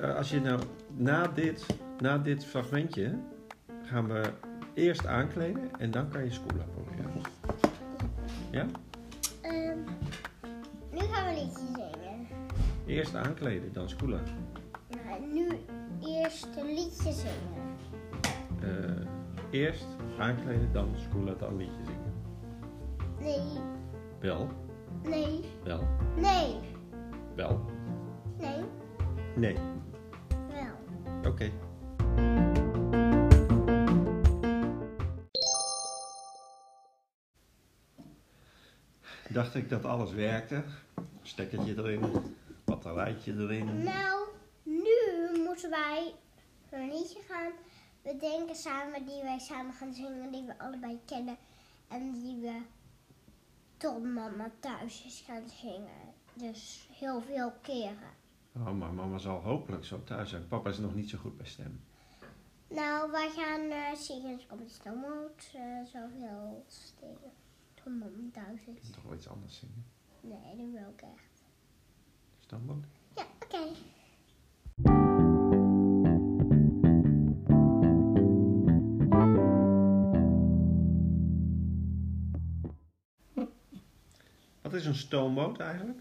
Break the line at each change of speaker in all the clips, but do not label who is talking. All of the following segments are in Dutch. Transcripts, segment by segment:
Eh, Als je nou na dit, na dit fragmentje gaan we eerst aankleden en dan kan je scoola proberen. Ja?
Ehm, nu gaan we liedjes zingen.
Eerst aankleden, dan scoola.
Nou, nu eerst een liedje zingen.
Eh, eerst aankleden, dan scoola, dan liedje zingen.
Nee,
Wel,
nee,
wel,
nee,
wel.
nee,
Nee.
wel.
Oké. Dacht ik dat alles werkte. Stekkertje erin, batterijtje erin.
Nou, nu moeten wij een liedje gaan bedenken samen die wij samen gaan zingen, die we allebei kennen en die we tot mama thuis is gaan zingen. Dus heel veel keren.
Oh, maar mama zal hopelijk zo thuis zijn. Papa is nog niet zo goed bij stem.
Nou, wij gaan eh Seasons op de Snowmoot, eh zoveel dingen. Toen mama thuis
Je
is.
moet toch wel iets anders zingen?
Nee, dat wil ik echt.
Stamboom?
Ja, oké.
Wat is een stoomboot eigenlijk?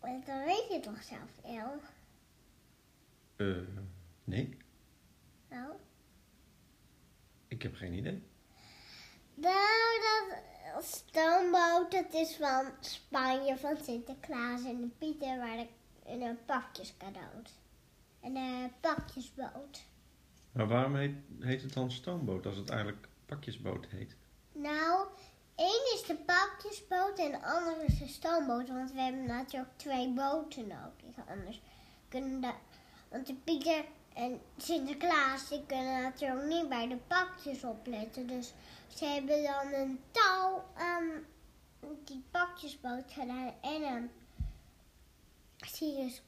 Maar Dan weet je toch zelf, El?
Eh, nee.
Nou,
Ik heb geen idee.
nou dat stoomboot, dat is van Spanje, van Sinterklaas en de Pieter, waar de, en een pakjescadeau. En een pakjesboot.
Maar waarom heet, heet het dan stoomboot als het eigenlijk pakjesboot heet?
Nou, één is de pakjesboot en de andere is de stoomboot. Want we hebben natuurlijk twee boten nodig. Anders kunnen de... Want de Pieter en Sinterklaas, die kunnen natuurlijk niet bij de pakjes opletten. Dus ze hebben dan een touw aan die pakjesboot gedaan en aan... Sirius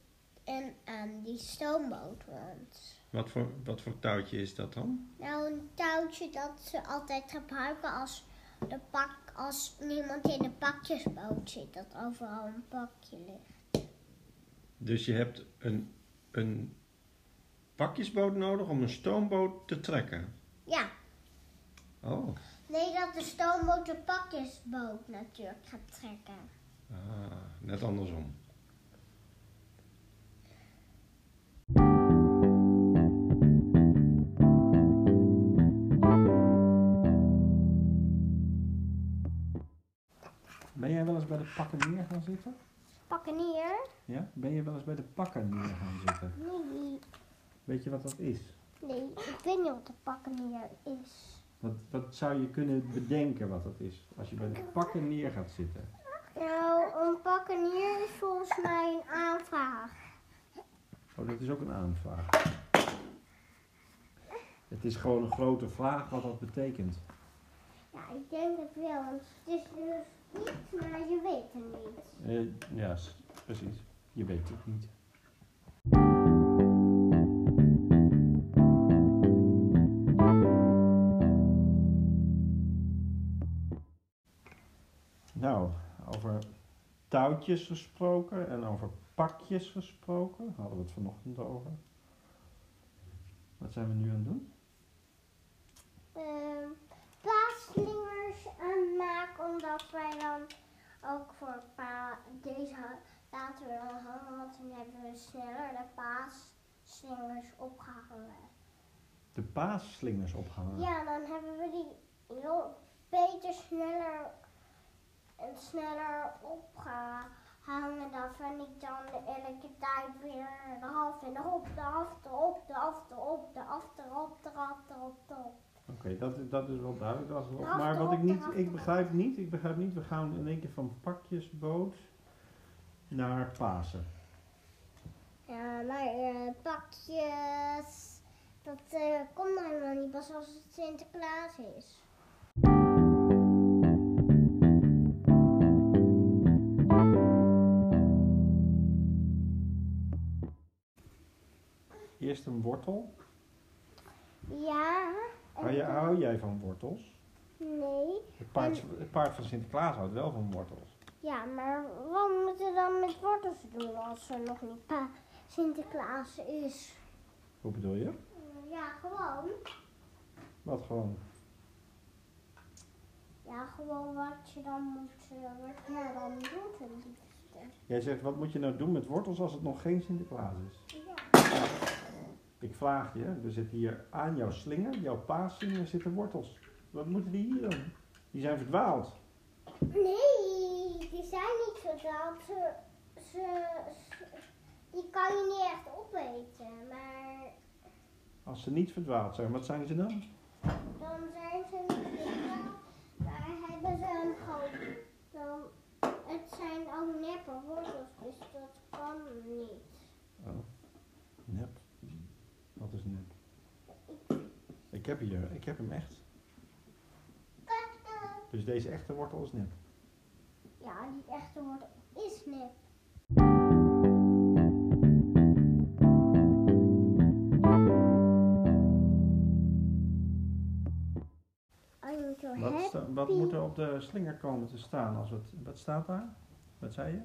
en aan die stoomboot. Want...
Wat voor, wat voor touwtje is dat dan?
Nou, een touwtje dat ze altijd gebruiken als, de pak, als niemand in de pakjesboot zit. Dat overal een pakje ligt.
Dus je hebt een, een pakjesboot nodig om een stoomboot te trekken.
Ja,
Oh.
nee dat de stoomboot de pakjesboot natuurlijk gaat trekken.
Ah, net andersom.
Ben jij wel eens bij de pakken neer gaan zitten?
Pakken hier?
Ja? Ben je wel eens bij de pakken neer gaan zitten?
Nee,
Weet je wat dat is?
nee, ik weet niet wat de pakken hier is.
Wat, wat zou je kunnen bedenken wat dat is? Als je bij de pakken neer gaat zitten.
Nou, een pakken hier is volgens mij een aanvraag.
Oh, dat is ook een aanvraag. Het is gewoon een grote vraag wat dat betekent.
Ja, ik denk het wel, want het is dus niet, maar je weet het niet.
Eh, ja, s- precies. Je weet het niet. Nou, over touwtjes gesproken en over pakjes gesproken. Hadden we het vanochtend over. Wat zijn we nu aan het doen?
ehm paaslingers aan maken, omdat wij dan ook voor pa deze ha- laten we dan hangen, want dan hebben we sneller de paaslingers opgehangen.
De paasslingers ophangen.
Ja, dan hebben we die heel beter sneller en sneller opgehangen, dat we niet dan elke tijd weer de half en de hop, de half, de hop, de half, de hop, de half, de hop, de half, de hop, de hop.
Oké, dat, dat is wel duidelijk. Dat is wel-
Draaf
maar wat
erop,
ik niet,
draaf
ik
erop.
begrijp niet, ik begrijp niet, we gaan in één keer van pakjesboot naar Pasen.
Ja, maar eh, pakjes, dat eh, komt nou helemaal niet pas als het Sinterklaas is.
Eerst een wortel.
Ja. en
Hou, je,
dan-
Oh, hou jij van wortels?
Nee.
Het paard, het paard van Sinterklaas houdt wel van wortels.
Ja, maar wat moeten we dan met wortels doen als er nog niet pa Sinterklaas is?
Hoe bedoel je?
Ja, gewoon.
Wat gewoon.
Ja, gewoon wat je dan moet, eh, wat je dan moet het liefste.
Jij zegt, wat moet je nou doen met wortels als het nog geen Sinterklaas is?
Ja.
Ik vraag je, er zit hier aan jouw slinger, jouw paaslinger, zitten wortels. Wat moeten die hier dan? Die zijn verdwaald.
Nee, die zijn niet verdwaald. Ze, ze, ze- die kan je niet echt opeten. Maar
Als ze niet verdwaald zijn, wat zijn ze dan?
dan zijn ze niet verdwaald. Daar hebben ze hem gewoon. Dan, het zijn ook neppe wortels, dus dat kan niet.
Nep. Wat is nep? Ik heb hier, ik heb hem echt. Dus deze echte wortel is nep.
Ja, die echte wortel is nep. I'm so
Wat,
happy,
sta- wat moet er op de slinger komen te staan? Als het, wat staat daar? Wat zei je?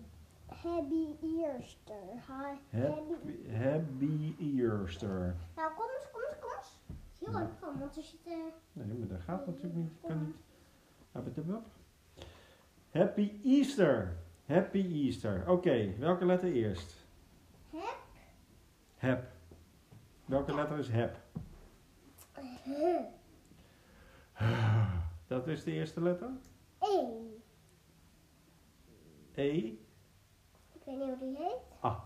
happy Easter. Hi, happy.
Happy, happy Easter.
Nou, kom eens, kom eens, kom eens. Het is heel leuk van, want er zitten...
Nee, maar dat gaat natuurlijk niet. Je kan niet. Habitabup. Happy Easter. Happy Easter. Oké, welke letter eerst?
Hep.
Heb. Welke letter is heb?
He.
Dat is de eerste letter.
Hey.
E.
Ik weet niet hoe die heet.
A.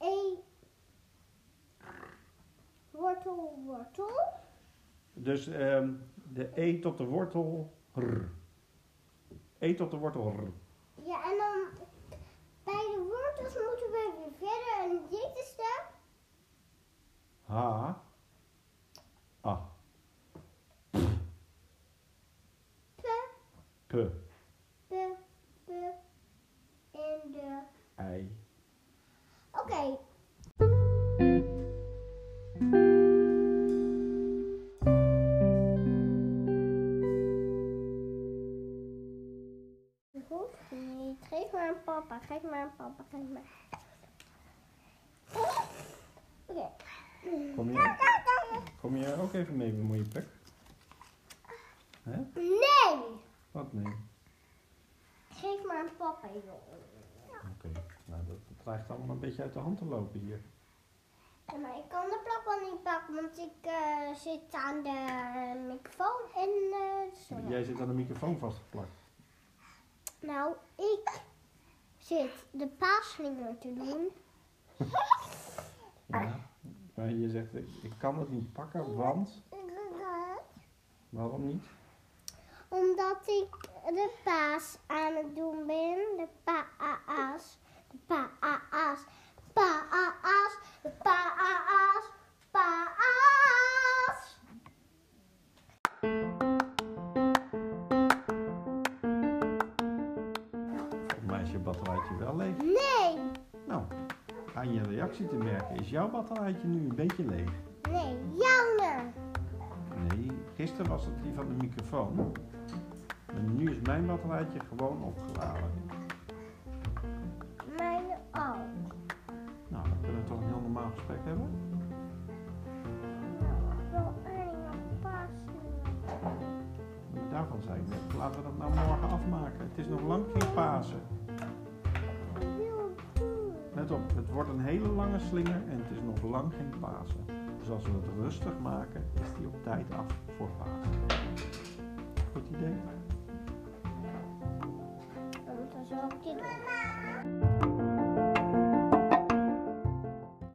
Hey. Wortel, wortel.
Dus ehm, de E tot de wortel R. E tot de wortel R.
Ja, en dan bij de wortels moeten we weer verder en dit is de
H. A.
pe,
P.
pe, pe en de...
I.
Oké. Hoeft niet. Geef maar aan papa, geef maar aan papa, geef maar. Oké.
Kom je, kom je ook even mee bemoeien, Pek?
Nee!
Wat nee?
Geef maar aan papa, joh.
Oké, nou dat, dat dreigt allemaal een beetje uit de hand te lopen hier.
Ja, maar ik kan de plakband niet pakken, want ik eh, zit aan de microfoon en eh, zo.
Jij zit aan de microfoon vastgeplakt.
Nou, ik zit de paaslinger te doen.
Ja. Maar je zegt, ik, ik kan het niet pakken, want... Waarom niet?
Omdat ik de paas aan het doen ben. De pa-a-a's. De pa-a-a's. Pa-a-a's. De pa-a-a's. Pa-a's.
Volgens mij is je batterijtje wel leeg.
Nee.
Nou, aan je reactie te merken, is jouw batterijtje nu een beetje leeg?
Nee, jammer.
Nee, gisteren was het die van de microfoon. Maar nu is mijn batterijtje gewoon opgeladen.
Mijn oog.
Nou, dan kunnen we toch een heel normaal gesprek hebben? Maar Daarvan zei ik net, laten we dat nou morgen afmaken. Het is nog lang geen Pasen. Let op, het wordt een hele lange slinger en het is nog lang geen Pasen. Dus als we het rustig maken, is die op tijd af voor Pasen. Goed idee?
Mama,